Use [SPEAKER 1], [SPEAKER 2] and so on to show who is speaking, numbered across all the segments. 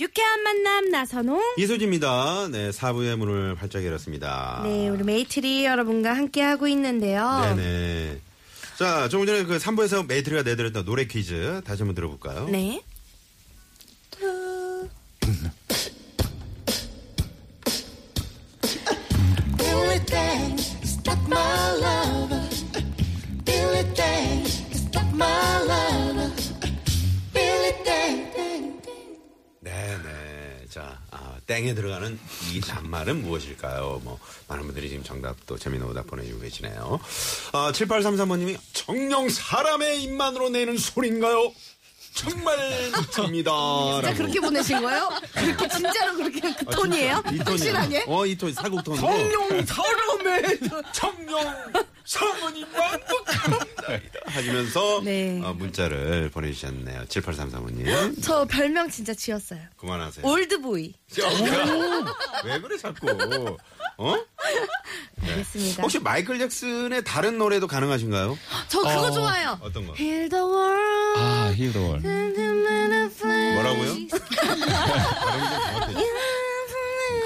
[SPEAKER 1] 유쾌한 만남 나선홍.
[SPEAKER 2] 이수지입니다. 네, 4부의 문을 활짝 열었습니다.
[SPEAKER 1] 네, 우리 메이트리 여러분과 함께 하고 있는데요.
[SPEAKER 2] 네네. 자, 조금 전에 그 3부에서 메이트리가 내드렸던 노래 퀴즈 다시 한번 들어볼까요?
[SPEAKER 1] 네.
[SPEAKER 3] Billy Dang is not my lover. Billy Dang is not my lover. Billy Dang.
[SPEAKER 2] 네네. 자, 아, 땡에 들어가는 이 낱말은 무엇일까요? 뭐, 많은 분들이 지금 정답도 재미있는 오답 보내주고 계시네요. 아, 7833번님이 정령 사람의 입만으로 내는 소린가요? 정말 됩니다.
[SPEAKER 1] 진짜 그렇게 보내신 거예요? 그렇게 진짜로 그렇게
[SPEAKER 2] 아,
[SPEAKER 1] 그 톤이에요? 확실하게?
[SPEAKER 2] 어, 이 톤, 사곡톤으로.
[SPEAKER 1] 정령 사람의
[SPEAKER 2] 하시면서
[SPEAKER 1] 네.
[SPEAKER 2] 어, 문자를 보내주셨네요. 7833번님.
[SPEAKER 1] 저 별명 진짜 지었어요.
[SPEAKER 2] 그만하세요.
[SPEAKER 1] 올드보이.
[SPEAKER 2] 왜 그래 자꾸. 어? 네.
[SPEAKER 1] 알겠습니다.
[SPEAKER 2] 혹시 마이클 잭슨의 다른 노래도 가능하신가요?
[SPEAKER 1] 저 그거 좋아해요.
[SPEAKER 2] 어떤 거?
[SPEAKER 1] Heal the world.
[SPEAKER 4] 아, 힐더월.
[SPEAKER 1] and human and flame.
[SPEAKER 2] 뭐라고요?
[SPEAKER 1] 그,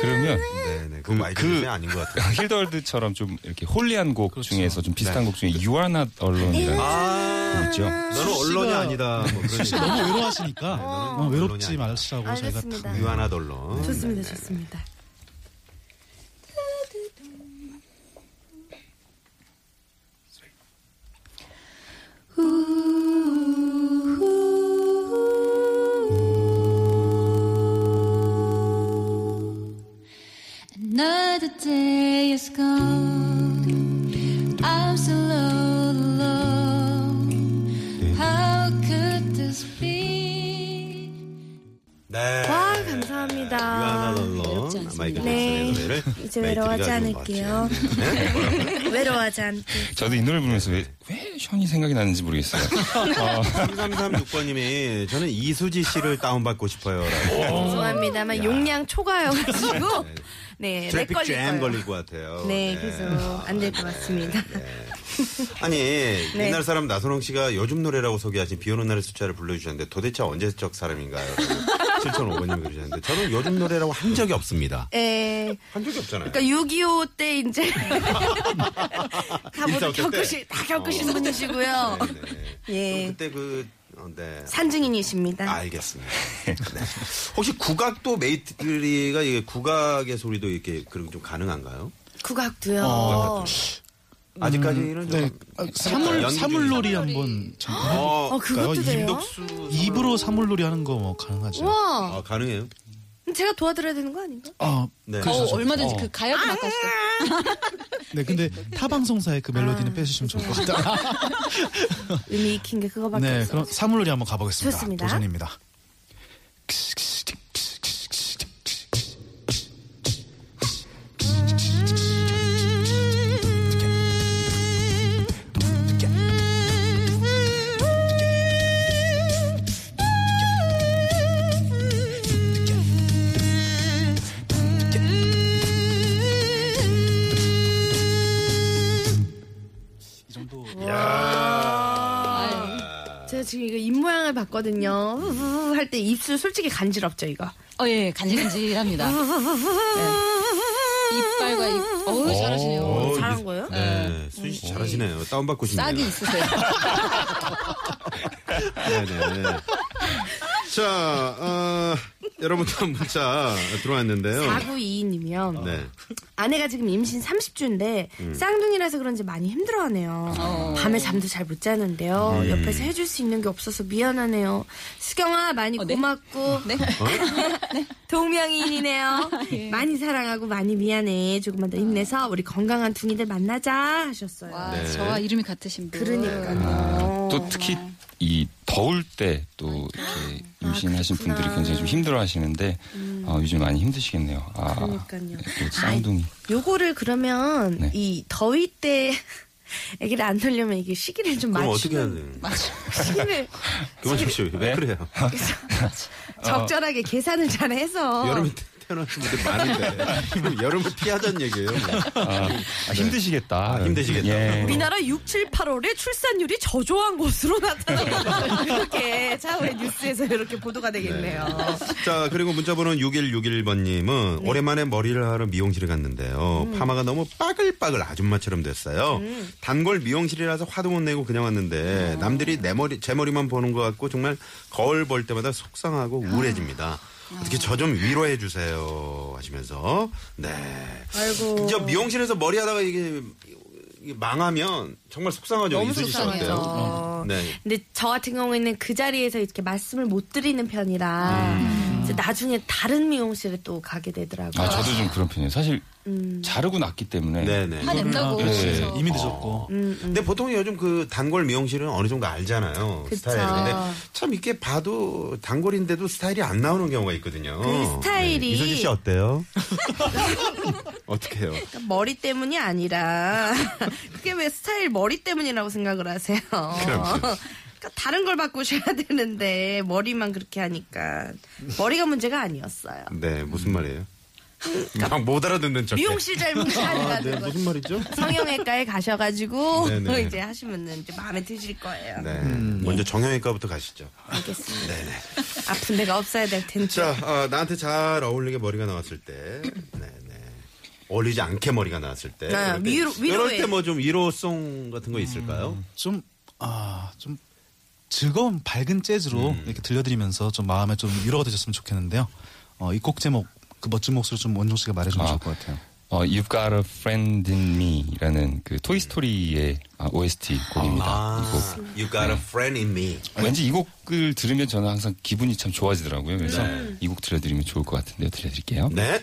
[SPEAKER 4] 그러면
[SPEAKER 2] 네네. 그건 마이클
[SPEAKER 4] 그-
[SPEAKER 2] 잭슨이 아닌 것 같아요.
[SPEAKER 4] 힐더월드처럼 좀 이렇게 홀리한 곡 중에서 좀 비슷한 곡 중에 You Are Not Alone이라는 곡
[SPEAKER 1] 네.
[SPEAKER 4] 있죠.
[SPEAKER 2] 너는 언론이 아니다. 뭐 그런
[SPEAKER 5] 사실
[SPEAKER 2] 얘기.
[SPEAKER 5] 너무 외로워하시니까
[SPEAKER 2] 너는
[SPEAKER 5] 어, 외롭지
[SPEAKER 2] 언론이
[SPEAKER 5] 마시라고 저희가
[SPEAKER 1] 알겠습니다.
[SPEAKER 5] 다-
[SPEAKER 2] 유한아 덜론. 네.
[SPEAKER 1] 좋습니다, 좋습니다.
[SPEAKER 6] Another day is gone. I'm so all alone. How could this be?
[SPEAKER 2] 네.
[SPEAKER 1] 와, 아, 감사합니다.
[SPEAKER 2] 유한아 덜론. 마이클
[SPEAKER 1] 네.
[SPEAKER 2] 잭슨의 노래를.
[SPEAKER 1] 이제
[SPEAKER 2] 메이트리가
[SPEAKER 1] 외로워하지
[SPEAKER 2] 좀
[SPEAKER 1] 않을게요.
[SPEAKER 2] 멋지게. 네? 뭐라고요?
[SPEAKER 1] 외로워하지 않게.
[SPEAKER 4] 저도 이 노래 부르면서 왜, 왜 션이 생각이 나는지 모르겠어요.
[SPEAKER 2] 3336번님이 저는 이수지 씨를 다운받고 싶어요. 라고.
[SPEAKER 1] 좋아합니다만 용량 초과여가지고. 네, 렉
[SPEAKER 2] 트래픽
[SPEAKER 1] 걸릴
[SPEAKER 2] 잼
[SPEAKER 1] 거예요.
[SPEAKER 2] 걸릴 네. 것 같아요.
[SPEAKER 1] 네, 그래서 안 될 것 같습니다.
[SPEAKER 2] 아니
[SPEAKER 1] 네.
[SPEAKER 2] 옛날 사람 나선홍 씨가 요즘 노래라고 소개하신 비오는 날의 숫자를 불러주셨는데 도대체 언제적 사람인가요? 7,500번님이 그러셨는데 저는 요즘 노래라고 한 적이 없습니다.
[SPEAKER 1] 에,
[SPEAKER 2] 한 적이 없잖아요.
[SPEAKER 1] 네. 그러니까 6.25 때 이제 다 모두
[SPEAKER 2] 일사오태 때?
[SPEAKER 1] 겪으시 다 겪으신 분이시고요.
[SPEAKER 2] 네. 그럼
[SPEAKER 1] 예,
[SPEAKER 2] 그때 그 어, 네.
[SPEAKER 1] 산증인이십니다.
[SPEAKER 2] 알겠습니다. 네. 혹시 국악도 메이트리가 이게 국악의 소리도 이렇게 그런 좀 가능한가요?
[SPEAKER 1] 국악도요.
[SPEAKER 5] 어.
[SPEAKER 2] 아직까지는
[SPEAKER 5] 네,
[SPEAKER 2] 좀
[SPEAKER 5] 아, 사물
[SPEAKER 2] 연기 중이죠.
[SPEAKER 5] 사물놀이 한번 잠깐.
[SPEAKER 2] 어,
[SPEAKER 1] 어, 그것도
[SPEAKER 5] 어,
[SPEAKER 1] 돼요?
[SPEAKER 2] 수-
[SPEAKER 5] 입으로 사물놀이 하는 거 뭐 가능하죠?
[SPEAKER 1] 와,
[SPEAKER 2] 아, 가능해요?
[SPEAKER 1] 제가 도와드려야 되는 거 아닌가?
[SPEAKER 5] 아,
[SPEAKER 2] 네.
[SPEAKER 5] 그래서
[SPEAKER 2] 어,
[SPEAKER 5] 좀-
[SPEAKER 7] 얼마든지
[SPEAKER 5] 어.
[SPEAKER 7] 그
[SPEAKER 6] 아,
[SPEAKER 7] 가요도 바꿨어.
[SPEAKER 5] 네, 근데 타 방송사의 그 멜로디는
[SPEAKER 1] 아.
[SPEAKER 5] 빼주시면 좋을 것 같다.
[SPEAKER 1] 의미 익힌 게 그거밖에
[SPEAKER 5] 네,
[SPEAKER 1] 없어.
[SPEAKER 5] 그럼
[SPEAKER 1] 요
[SPEAKER 5] 사물놀이 한번 가보겠습니다.
[SPEAKER 1] 아, 좋습니다.
[SPEAKER 5] 도전입니다.
[SPEAKER 6] 아,
[SPEAKER 1] 제가 지금 이거 입 모양을 봤거든요. 할 때 입술 솔직히 간지럽죠 이거.
[SPEAKER 7] 어, 예, 간질간질합니다.
[SPEAKER 6] 아.
[SPEAKER 7] 네. 이빨과 입, 어우, 잘하시네요.
[SPEAKER 2] 어,
[SPEAKER 1] 잘한
[SPEAKER 2] 이제-
[SPEAKER 1] 거예요? 어.
[SPEAKER 2] 네, 수지 씨 잘하시네요. 다운받고 싶네요.
[SPEAKER 7] 싹이 있으세요.
[SPEAKER 2] 네네. 자, 어, 여러분들 문자 들어왔는데요.
[SPEAKER 1] 4922님이요.
[SPEAKER 2] 네.
[SPEAKER 1] 아내가 지금 임신 30주인데
[SPEAKER 2] 음.
[SPEAKER 1] 쌍둥이라서 그런지 많이 힘들어하네요. 밤에 잠도 잘 못 자는데요.
[SPEAKER 2] 음.
[SPEAKER 1] 옆에서 해줄 수 있는 게 없어서 미안하네요. 수경아 많이
[SPEAKER 7] 네?
[SPEAKER 1] 고맙고
[SPEAKER 7] 네?
[SPEAKER 2] 어?
[SPEAKER 7] 예.
[SPEAKER 1] 동명이인이네요. 많이 사랑하고 많이 미안해. 조금만 더 힘내서 우리 건강한 둥이들 만나자 하셨어요.
[SPEAKER 7] 아. 와,
[SPEAKER 2] 네.
[SPEAKER 7] 저와 이름이
[SPEAKER 6] 그러니까.
[SPEAKER 7] 같으신 분.
[SPEAKER 1] 어.
[SPEAKER 2] 아,
[SPEAKER 1] 그러니까요.
[SPEAKER 4] 또 특히 이 더울 때 또 이렇게
[SPEAKER 1] 아,
[SPEAKER 4] 임신하신
[SPEAKER 1] 그렇구나. 음.
[SPEAKER 4] 분들이 굉장히 좀 힘들어하시는데 어, 요즘 많이 힘드시겠네요. 아,
[SPEAKER 1] 그러니까요.
[SPEAKER 4] 그 쌍둥이.
[SPEAKER 1] 아, 요거를 그러면
[SPEAKER 4] 네.
[SPEAKER 1] 이 더위 때 아기를 안 돌려면 이게 시기를 좀
[SPEAKER 2] 그럼
[SPEAKER 1] 맞추는
[SPEAKER 2] 어떻게 해야 돼요?
[SPEAKER 1] 시기를
[SPEAKER 2] 그만 십시오. 왜
[SPEAKER 4] 네?
[SPEAKER 2] 그래요?
[SPEAKER 1] 적절하게 계산을 잘 해서
[SPEAKER 2] 어. 여름에 태- 태어나신 분들 많은데 여름을 피하자는 얘기예요. 뭐.
[SPEAKER 4] 아, 아, 힘드시겠다.
[SPEAKER 2] 힘드시겠다.
[SPEAKER 4] 예.
[SPEAKER 1] 우리나라 6, 7, 8월에 출산율이 저조한 것으로 나타나요. 이렇게 차후의 뉴스에서 이렇게 보도가 되겠네요.
[SPEAKER 2] 자, 그리고 문자번호 6161번님은
[SPEAKER 7] 네.
[SPEAKER 2] 오랜만에 머리를 하러 미용실에 갔는데요.
[SPEAKER 7] 음.
[SPEAKER 2] 파마가 너무 빠글빠글 아줌마처럼 됐어요. 단골 미용실이라서 화도 못 내고 그냥
[SPEAKER 7] 아.
[SPEAKER 2] 왔는데 남들이 내 머리, 제 머리만 보는 것 같고 정말 거울 볼 때마다 속상하고
[SPEAKER 7] 아.
[SPEAKER 2] 우울해집니다. 어떻게 저 좀 위로해 주세요 하시면서 네.
[SPEAKER 1] 아이고.
[SPEAKER 2] 진짜 미용실에서 머리 하다가 이게, 이게 망하면 정말 속상하죠.
[SPEAKER 7] 너무
[SPEAKER 2] 이수지 씨
[SPEAKER 7] 속상해요.
[SPEAKER 2] 어때요?
[SPEAKER 1] 어.
[SPEAKER 2] 네.
[SPEAKER 1] 근데 저 같은 경우에는 그 자리에서 이렇게 말씀을 못 드리는 편이라
[SPEAKER 2] 음.
[SPEAKER 1] 이제 나중에 다른 미용실에 또 가게 되더라고요. 음,
[SPEAKER 4] 아, 저도 좀 그런 편이에요. 사실 자르고 났기 때문에
[SPEAKER 2] 네네.
[SPEAKER 1] 어,
[SPEAKER 7] 화낸다고.
[SPEAKER 4] 네.
[SPEAKER 7] 그래서.
[SPEAKER 5] 아, 이미
[SPEAKER 1] 음,
[SPEAKER 5] 늦었고.
[SPEAKER 2] 근데 보통 요즘 그 단골 미용실은 어느 정도 알잖아요.
[SPEAKER 1] 그쵸.
[SPEAKER 2] 스타일. 근데 참 이렇게 봐도 단골인데도 스타일이 안 나오는 경우가 있거든요.
[SPEAKER 1] 그 스타일이-
[SPEAKER 2] 네, 이수지 씨 어때요? 어떻게 해요?
[SPEAKER 1] 그러니까 머리 때문이 아니라 그게 왜 스타일 머리 때문이라고 생각을 하세요?
[SPEAKER 2] 그럼요.
[SPEAKER 1] 그러니까 다른 걸 바꾸셔야 되는데 머리만 그렇게 하니까 머리가 문제가 아니었어요.
[SPEAKER 2] 네, 무슨 말이에요? 막 못 알아듣는 척.
[SPEAKER 1] 미용실 잘못이 아니라
[SPEAKER 2] 네, 무슨 말이죠?
[SPEAKER 1] 성형외과에 가셔가지고
[SPEAKER 2] 네네.
[SPEAKER 1] 이제 하시면은 이제 마음에 드실 거예요.
[SPEAKER 2] 네. 먼저 정형외과부터 가시죠. 네,
[SPEAKER 1] 알겠습니다. 아픈 데가 없어야 될 텐데.
[SPEAKER 2] 자, 어, 나한테 잘 어울리게 머리가 나왔을 때. 네, 네. 어울리지 않게 머리가 나왔을 때.
[SPEAKER 1] 네,
[SPEAKER 2] 이럴 때-
[SPEAKER 1] 위로-
[SPEAKER 2] 이럴
[SPEAKER 1] 위로해.
[SPEAKER 2] 때 뭐 좀 위로송 같은 거 있을까요?
[SPEAKER 5] 좀, 아, 좀 즐거운 밝은 재즈로
[SPEAKER 2] 음.
[SPEAKER 5] 이렇게 들려드리면서 좀 마음에 좀 위로가 되셨으면 좋겠는데요. 어, 이 곡 제목, 그 멋진 목소리 좀 원종 씨가 말해주면
[SPEAKER 4] 아.
[SPEAKER 5] 좋을 것 같아요.
[SPEAKER 4] 어, You've Got a Friend in Me라는 그 토이스토리의 아, OST 곡입니다. 이 곡.
[SPEAKER 2] 아, 네. you got a friend in me.
[SPEAKER 4] 왠지 이 곡을 들으면 저는 항상 기분이 참 좋아지더라고요. 그래서 이 곡 들려드리면 좋을 것 같은데요. 들려드릴게요.
[SPEAKER 2] 네.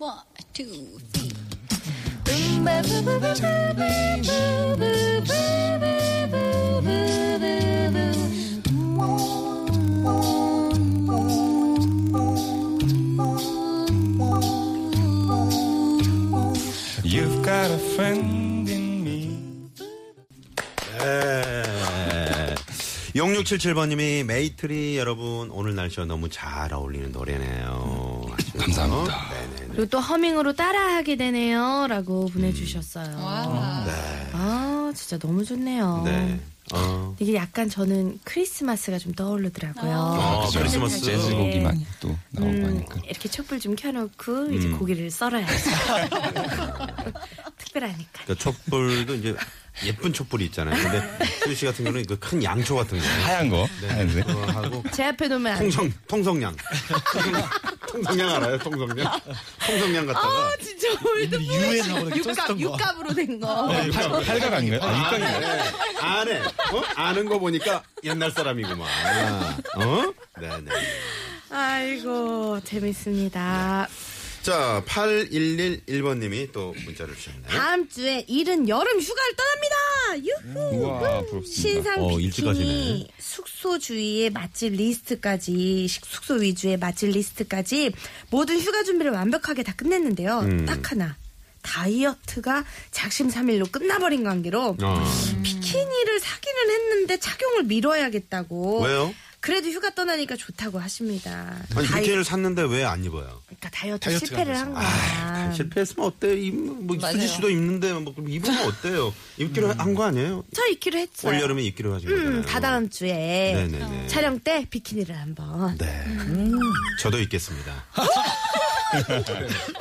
[SPEAKER 7] One, two, three.
[SPEAKER 4] You've got a friend in me.
[SPEAKER 2] 예. 0677번님이 메이트리 여러분 오늘 날씨와 너무 잘 어울리는 노래네요. 하시면서.
[SPEAKER 4] 감사합니다.
[SPEAKER 2] 네네네.
[SPEAKER 1] 그리고 또 허밍으로 따라하게 되네요라고
[SPEAKER 2] 음.
[SPEAKER 1] 보내주셨어요.
[SPEAKER 7] 와.
[SPEAKER 1] 아 진짜 너무 좋네요.
[SPEAKER 2] 네. 어.
[SPEAKER 1] 이게 약간 저는 크리스마스가 좀 떠오르더라고요.
[SPEAKER 2] 아, 크리스마스.
[SPEAKER 4] 재즈 곡이 많이 또 나오고 하니까.
[SPEAKER 1] 이렇게 촛불 좀 켜놓고 이제
[SPEAKER 5] 음.
[SPEAKER 1] 고기를 썰어야죠. 특별하니까.
[SPEAKER 2] 그러니까 촛불도 이제 예쁜 촛불이 있잖아요. 근데 수씨 같은 경우는 그 큰 양초 같은 거.
[SPEAKER 4] 하얀 거.
[SPEAKER 2] 네.
[SPEAKER 4] 하얀색.
[SPEAKER 2] 그거 하고
[SPEAKER 1] 제 앞에 놓으면 안
[SPEAKER 2] 통성 통성냥. 통성냥 알아요? 통성냥. 통성냥 갖다가
[SPEAKER 1] 아, 진짜 오늘도
[SPEAKER 5] 유엔하고 이렇게
[SPEAKER 1] 육갑
[SPEAKER 5] 쪘었던 거. 네.
[SPEAKER 1] 육갑으로 된 거.
[SPEAKER 4] 팔- 팔각 아닌가요? 아, 육각이
[SPEAKER 2] 네. 안해. 어? 아는 거 보니까 옛날 사람이구만. 어? 네, 네.
[SPEAKER 1] 아이고 재밌습니다.
[SPEAKER 2] 자, 8111번님이 또 문자를 주셨네요.
[SPEAKER 1] 다음 주에 이른 여름 휴가를 떠납니다. 유후.
[SPEAKER 4] 우와, 부럽습니다.
[SPEAKER 1] 신상
[SPEAKER 2] 어, 일찍 가시네.
[SPEAKER 1] 비키니 숙소 주위의 맛집 리스트까지 식- 숙소 위주의 맛집 리스트까지 모든 휴가 준비를 완벽하게 다 끝냈는데요.
[SPEAKER 2] 음.
[SPEAKER 1] 딱 하나 다이어트가 작심삼일로 끝나버린 관계로
[SPEAKER 2] 어.
[SPEAKER 1] 비키니를 사기는 했는데 착용을 미뤄야겠다고.
[SPEAKER 2] 왜요?
[SPEAKER 1] 그래도 휴가 떠나니까 좋다고 하십니다.
[SPEAKER 2] 아니
[SPEAKER 1] 다이-
[SPEAKER 2] 비키니를 샀는데 왜 안 입어요?
[SPEAKER 1] 그러니까 다이어트
[SPEAKER 5] 다이어트가
[SPEAKER 1] 실패를
[SPEAKER 5] 안
[SPEAKER 1] 한
[SPEAKER 2] 아,
[SPEAKER 1] 거야.
[SPEAKER 2] 실패했으면 어때요? 입- 뭐
[SPEAKER 7] 맞아요.
[SPEAKER 2] 수지 씨도 입는데 뭐 그럼 입으면 어때요? 입기로 한 거 아니에요?
[SPEAKER 1] 저 입기로 했어요.
[SPEAKER 2] 올 여름에 입기로 하신 거잖아요.
[SPEAKER 1] 음, 어. 다 다음 주에
[SPEAKER 2] 네네네.
[SPEAKER 1] 촬영 때 비키니를 한번.
[SPEAKER 2] 네. 저도 입겠습니다.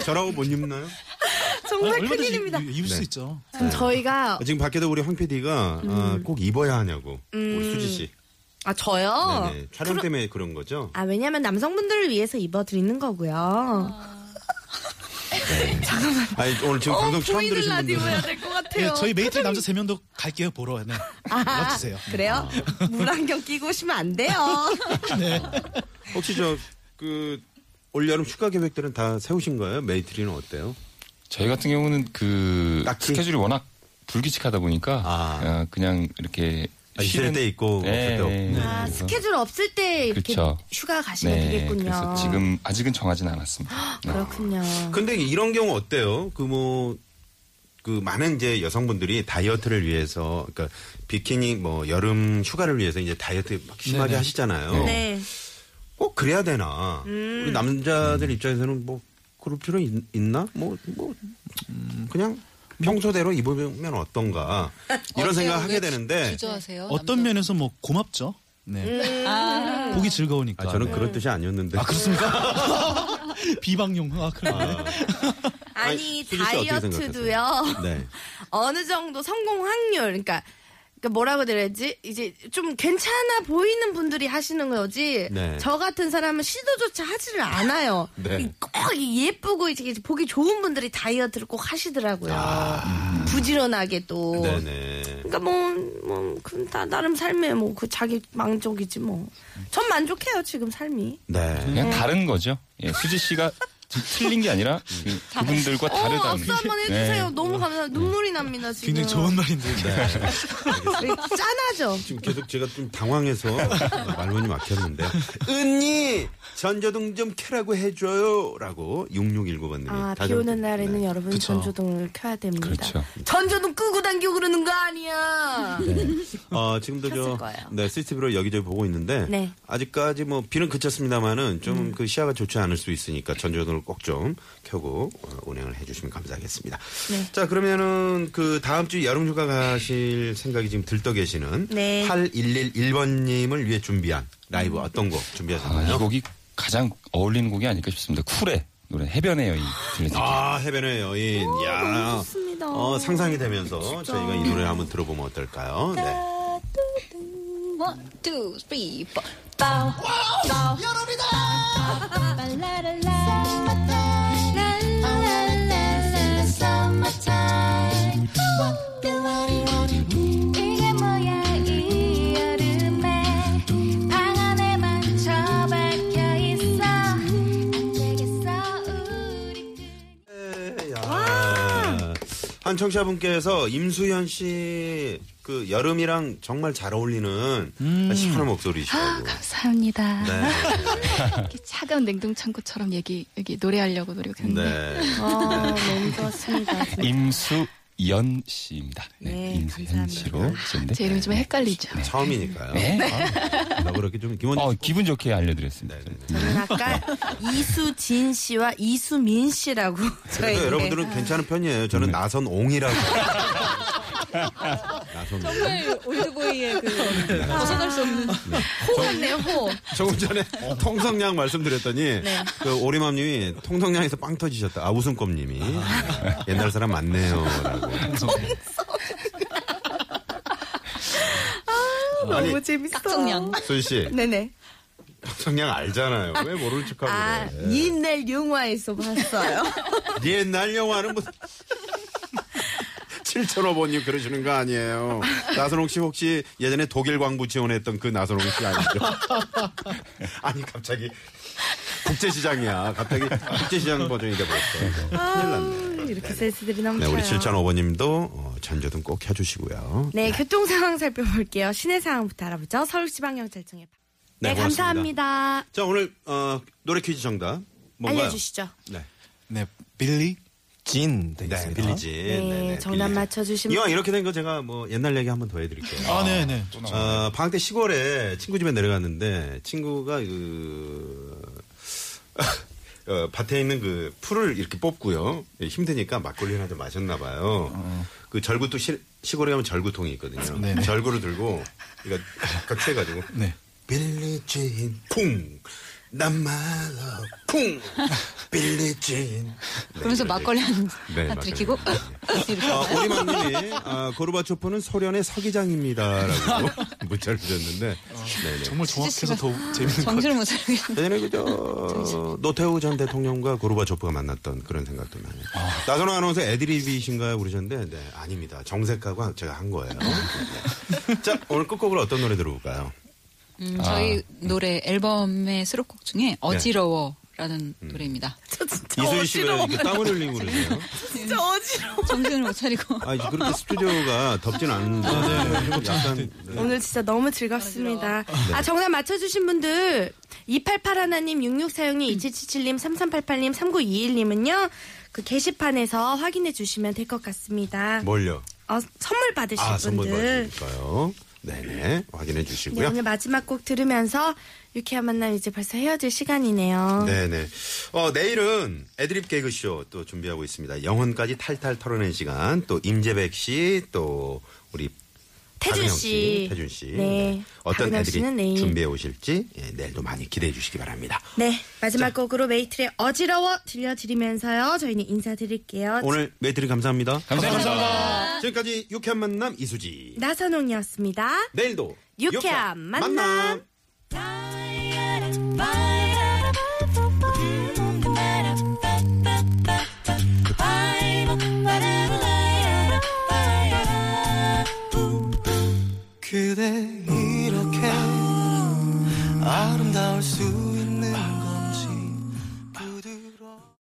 [SPEAKER 2] 저라고 못 입나요? 어,
[SPEAKER 1] 정말
[SPEAKER 5] 얼마든지
[SPEAKER 1] 큰일입니다.
[SPEAKER 5] 이- 입을
[SPEAKER 2] 네.
[SPEAKER 5] 수 있죠.
[SPEAKER 1] 그럼 저희가
[SPEAKER 2] 지금 밖에도 우리 황 PD가 어, 꼭 입어야 하냐고 우리 수지 씨.
[SPEAKER 1] 아 저요.
[SPEAKER 2] 네네. 촬영 때문에 그런 거죠?
[SPEAKER 1] 아 왜냐면 남성분들을 위해서 입어드리는 거고요.
[SPEAKER 2] 아니 오늘 지금 방송 그 처음 들으신 분들.
[SPEAKER 1] 어, 될것
[SPEAKER 5] 예, 저희 메이트 남자 세 명도 갈게요 보러. 네. 와주세요.
[SPEAKER 1] 아. 그래요?
[SPEAKER 2] 아.
[SPEAKER 1] 물안경 끼고 오시면 안 돼요.
[SPEAKER 2] 혹시 저 그 올여름 휴가 계획들은 다 세우신 거예요? 메이트리는 어때요?
[SPEAKER 4] 저희 같은 경우는 그
[SPEAKER 2] 딱히?
[SPEAKER 4] 스케줄이 워낙 불규칙하다 보니까
[SPEAKER 2] 아.
[SPEAKER 4] 어, 그냥 이렇게
[SPEAKER 2] 아, 있을 때 있고 없을 때 없고.
[SPEAKER 1] 아, 스케줄 없을 때 이렇게
[SPEAKER 4] 그쵸.
[SPEAKER 1] 휴가 가시면
[SPEAKER 4] 네,
[SPEAKER 1] 되겠군요.
[SPEAKER 4] 그래서 지금 아직은 정하진 않았습니다. 네.
[SPEAKER 1] 그렇군요.
[SPEAKER 2] 근데 이런 경우 어때요? 그 뭐, 그 많은 이제 여성분들이 다이어트를 위해서, 그러니까 비키니 뭐 여름 휴가를 위해서 이제 다이어트 막 심하게
[SPEAKER 5] 네네.
[SPEAKER 2] 하시잖아요.
[SPEAKER 1] 네.
[SPEAKER 2] 꼭 그래야 되나? 우리 남자들 입장에서는 뭐 그럴 필요 있, 있나? 뭐, 뭐, 그냥 평소대로 입으면 어떤가? 이런 생각 하게 되는데.
[SPEAKER 7] 네. 주저하세요.
[SPEAKER 5] 어떤
[SPEAKER 7] 남자-
[SPEAKER 5] 면에서 뭐 고맙죠. 네.
[SPEAKER 1] 음.
[SPEAKER 7] 아,
[SPEAKER 5] 보기 즐거우니까.
[SPEAKER 2] 아, 저는
[SPEAKER 5] 네.
[SPEAKER 2] 그런 뜻이 아니었는데.
[SPEAKER 5] 아 그렇습니까? 비방용. 아 그래.
[SPEAKER 1] 아니,
[SPEAKER 2] 아니, 수지 씨 어떻게
[SPEAKER 1] 다이어트도요.
[SPEAKER 2] 네.
[SPEAKER 1] 어느 정도 성공 확률, 그러니까, 그러니까 뭐라고 드려야지? 이제 좀 괜찮아 보이는 분들이 하시는 거지.
[SPEAKER 2] 네.
[SPEAKER 1] 저 같은 사람은 시도조차 하지를 않아요.
[SPEAKER 2] 네.
[SPEAKER 1] 이꼭이 예쁘고 이제 보기 좋은 분들이 다이어트를 꼭 하시더라고요. 부지런하게 또.
[SPEAKER 2] 네네.
[SPEAKER 1] 그러니까 뭐, 뭐, 그럼 다 나름 삶에 뭐 그 자기 만족이지 뭐. 전 만족해요 지금 삶이.
[SPEAKER 2] 네.
[SPEAKER 4] 그냥 다른 거죠. 예, 수지 씨가 지금 틀린 게 아니라 그, 그분들과
[SPEAKER 1] 어,
[SPEAKER 4] 다르다는
[SPEAKER 1] 악수 한번 해주세요. 너무 감사. 눈물이 납니다 지금. 네,
[SPEAKER 5] 굉장히 좋은 말인데.
[SPEAKER 1] 짠하죠.
[SPEAKER 2] 지금 계속 제가 좀 당황해서 말문이 막혔는데. 은니! 전조등 좀 켜라고 해줘요. 라고 6619번님이.
[SPEAKER 1] 아, 비 오는 날에는
[SPEAKER 2] 네.
[SPEAKER 1] 여러분 전조등을 켜야 됩니다.
[SPEAKER 4] 그렇죠.
[SPEAKER 1] 전조등 끄고 당기고 그러는 거 아니야.
[SPEAKER 2] 어, 지금도 저,
[SPEAKER 1] 켰을 거예요.
[SPEAKER 2] 네, CCTV로 여기저기 보고 있는데.
[SPEAKER 1] 네. 음.
[SPEAKER 2] 아직까지 뭐, 비는 그쳤습니다만은 좀 그 시야가 좋지 않을 수 있으니까 전조등을 꼭 좀 켜고 어, 운행을 해주시면 감사하겠습니다.
[SPEAKER 1] 네.
[SPEAKER 2] 자, 그러면은 그 다음 주 여름 휴가 가실 생각이 지금 들떠 계시는.
[SPEAKER 1] 네. 음.
[SPEAKER 2] 8111번님을 위해 준비한 라이브 어떤 곡
[SPEAKER 4] 아, 이
[SPEAKER 2] 준비하셨나요?
[SPEAKER 4] 곡이 가장 어울리는 곡이 아닐까 싶습니다. 쿨의 노래 해변의 여인 들려드릴게요.
[SPEAKER 2] 아, 해변의 여인. 야. 어, 상상이 되면서 저희가 이 노래를 한번 들어보면 어떨까요? 네.
[SPEAKER 7] One, two, three, four. Bow, bow.
[SPEAKER 6] 이게 뭐야 이 여름에 방 안에만 처박혀 있어 안 되겠어 우리
[SPEAKER 2] 야. 한 청취자분께서 임수현 씨 그 여름이랑 정말 잘 어울리는 시원한 목소리시라고.
[SPEAKER 8] 감사합니다.
[SPEAKER 2] 네.
[SPEAKER 8] 이렇게 차가운 냉동창고처럼 얘기 여기 노래하려고 노력했는데
[SPEAKER 2] 네.
[SPEAKER 1] 아, 너무 좋았습니다.
[SPEAKER 4] 임수연 씨입니다. 네,
[SPEAKER 1] 네,
[SPEAKER 4] 임수연
[SPEAKER 1] 감사합니다.
[SPEAKER 4] 씨로 쓰는데.
[SPEAKER 8] 제 이름이 좀 헷갈리죠.
[SPEAKER 2] 처음이니까요.
[SPEAKER 4] 네.
[SPEAKER 2] 아, 나 그렇게 좀 기분
[SPEAKER 4] 어,
[SPEAKER 2] 좋고.
[SPEAKER 4] 기분 좋게 알려드렸습니다.
[SPEAKER 2] 네네네.
[SPEAKER 1] 저는 아까 이수진 씨와 이수민 씨라고
[SPEAKER 2] 그래도
[SPEAKER 1] 저희 네.
[SPEAKER 2] 여러분들은 괜찮은 편이에요. 저는 나선 옹이라고. 나선 옹.
[SPEAKER 7] 올드보이의 그 벗어날 수 없는
[SPEAKER 1] 호흡네요 호.
[SPEAKER 2] 조금 전에 통성량 말씀드렸더니 그 오리맘님이 통성량에서 빵 터지셨다. 아 웃음껌님이 옛날 사람 맞네요라고. 아니
[SPEAKER 1] 너무 재밌어.
[SPEAKER 7] 깍정량.
[SPEAKER 2] 순 씨,
[SPEAKER 1] 네네.
[SPEAKER 2] 통성량 알잖아요. 왜 모르는 척하고
[SPEAKER 1] 아
[SPEAKER 2] 그래? 네
[SPEAKER 1] 옛날 영화에서 봤어요.
[SPEAKER 2] 옛날 영화는 뭐 7,500번님 그러시는 거 아니에요. 나선홍 씨 혹시 예전에 독일 광부 지원했던 그 나선홍 씨 아니죠? 아니 갑자기 국제시장이야. 갑자기 국제시장 버전이 돼버렸어. 큰일 났네.
[SPEAKER 1] 이렇게 센스들이
[SPEAKER 2] 네,
[SPEAKER 1] 넘쳐요.
[SPEAKER 2] 우리 7,500번님도 어, 전조등 꼭 켜주시고요.
[SPEAKER 1] 그렇죠. 네, 교통 상황 살펴볼게요. 시내 상황부터 알아보죠. 서울지방경찰청에. 네,
[SPEAKER 2] 고맙습니다.
[SPEAKER 1] 감사합니다.
[SPEAKER 2] 자, 오늘 어, 노래 퀴즈 정답 뭔가요?
[SPEAKER 1] 알려주시죠.
[SPEAKER 2] 네,
[SPEAKER 5] 네. 빌리 진
[SPEAKER 2] 네,
[SPEAKER 5] 되겠습니다.
[SPEAKER 2] 빌리지.
[SPEAKER 1] 네, 정답 맞춰주신
[SPEAKER 2] 이왕 이렇게 된 거 제가 뭐 옛날 얘기 한번 더 해드릴게요.
[SPEAKER 5] 아, 네, 네.
[SPEAKER 2] 어, 방학 때 시골에 친구 집에 내려갔는데 친구가 그 어, 밭에 있는 그 풀을 이렇게 뽑고요. 예, 힘드니까 막걸리나 좀 마셨나 봐요. 그 절구통 시, 시골에 가면 절구통이 있거든요.
[SPEAKER 5] 어. 네네.
[SPEAKER 2] 절구를 들고 이거 각각 쳐 가지고
[SPEAKER 5] 네.
[SPEAKER 2] 빌리진 쿵. 남마라 쿵. 빌리진. 네,
[SPEAKER 7] 그러면서
[SPEAKER 2] 이런
[SPEAKER 7] 막걸리 한,
[SPEAKER 2] 네,
[SPEAKER 7] 한
[SPEAKER 2] 맞아요.
[SPEAKER 7] 들키고. 이렇게.
[SPEAKER 2] 아, 오리망님이 아, 고르바초프는 소련의 서기장입니다라고 문자를 주셨는데
[SPEAKER 5] 어,
[SPEAKER 2] 네네.
[SPEAKER 5] 정말 정확해서 더 재밌는 것 같아요.
[SPEAKER 7] 정신을 못 차리겠어.
[SPEAKER 2] 예전에 그저 노태우 전 대통령과 고르바초프가 만났던 그런 생각도 나네요. 나선호 아나운서 애드리브이신가요? 그러셨는데 네, 아닙니다. 정색하고 제가 한 거예요.
[SPEAKER 1] 아.
[SPEAKER 2] 네. 자 오늘 끝곡으로 어떤 노래 들어볼까요?
[SPEAKER 5] 아, 네.
[SPEAKER 7] 음, 저희 노래 앨범의 수록곡 중에 어지러워를 라는 노래입니다.
[SPEAKER 1] 저 진짜
[SPEAKER 2] 이소희 씨가
[SPEAKER 1] 어지러워.
[SPEAKER 2] 이렇게 땀을 흘리고 그러세요?
[SPEAKER 1] 진짜 어지러워.
[SPEAKER 7] 정신을 못 차리고.
[SPEAKER 2] 아, 이제 그렇게 스튜디오가 덥진 않은데.
[SPEAKER 1] 아, 네,
[SPEAKER 2] 약간. 네.
[SPEAKER 1] 오늘 진짜 너무 즐겁습니다. 아, 정답 맞춰주신 분들, 288 하나님, 6642님, 2777님, 3388님, 3921님은요, 그 게시판에서 확인해 주시면 될 것 같습니다.
[SPEAKER 2] 뭘요?
[SPEAKER 1] 어, 선물 받으실
[SPEAKER 2] 뭐? 아, 선물
[SPEAKER 1] 분들.
[SPEAKER 2] 받으니까요. 네네. 확인해
[SPEAKER 1] 네,
[SPEAKER 2] 주시고요.
[SPEAKER 1] 오늘 마지막 곡 들으면서 유쾌한 만남 이제 벌써 헤어질 시간이네요.
[SPEAKER 2] 네네. 어, 내일은 애드립 개그쇼 또 준비하고 있습니다. 영혼까지 탈탈 털어낸 시간. 또 임재백 씨, 또 우리
[SPEAKER 1] 태준
[SPEAKER 2] 박은영
[SPEAKER 1] 씨.
[SPEAKER 2] 태준 씨.
[SPEAKER 1] 네.
[SPEAKER 2] 어떤
[SPEAKER 1] 박은영
[SPEAKER 2] 애드립
[SPEAKER 1] 씨는 내일.
[SPEAKER 2] 준비해 오실지 예, 내일도 많이 기대해 주시기 바랍니다.
[SPEAKER 1] 네, 마지막 곡으로 메이트의 어지러워 들려드리면서요, 저희는 인사드릴게요.
[SPEAKER 2] 오늘 매트리 감사합니다.
[SPEAKER 4] 감사합니다.
[SPEAKER 2] 지금까지 유쾌한 만남
[SPEAKER 1] 네.
[SPEAKER 2] 이수지.
[SPEAKER 1] 나선홍이었습니다.
[SPEAKER 2] 내일도
[SPEAKER 1] 유쾌한 만남.
[SPEAKER 6] 다이아랑 바이아랑
[SPEAKER 5] 아.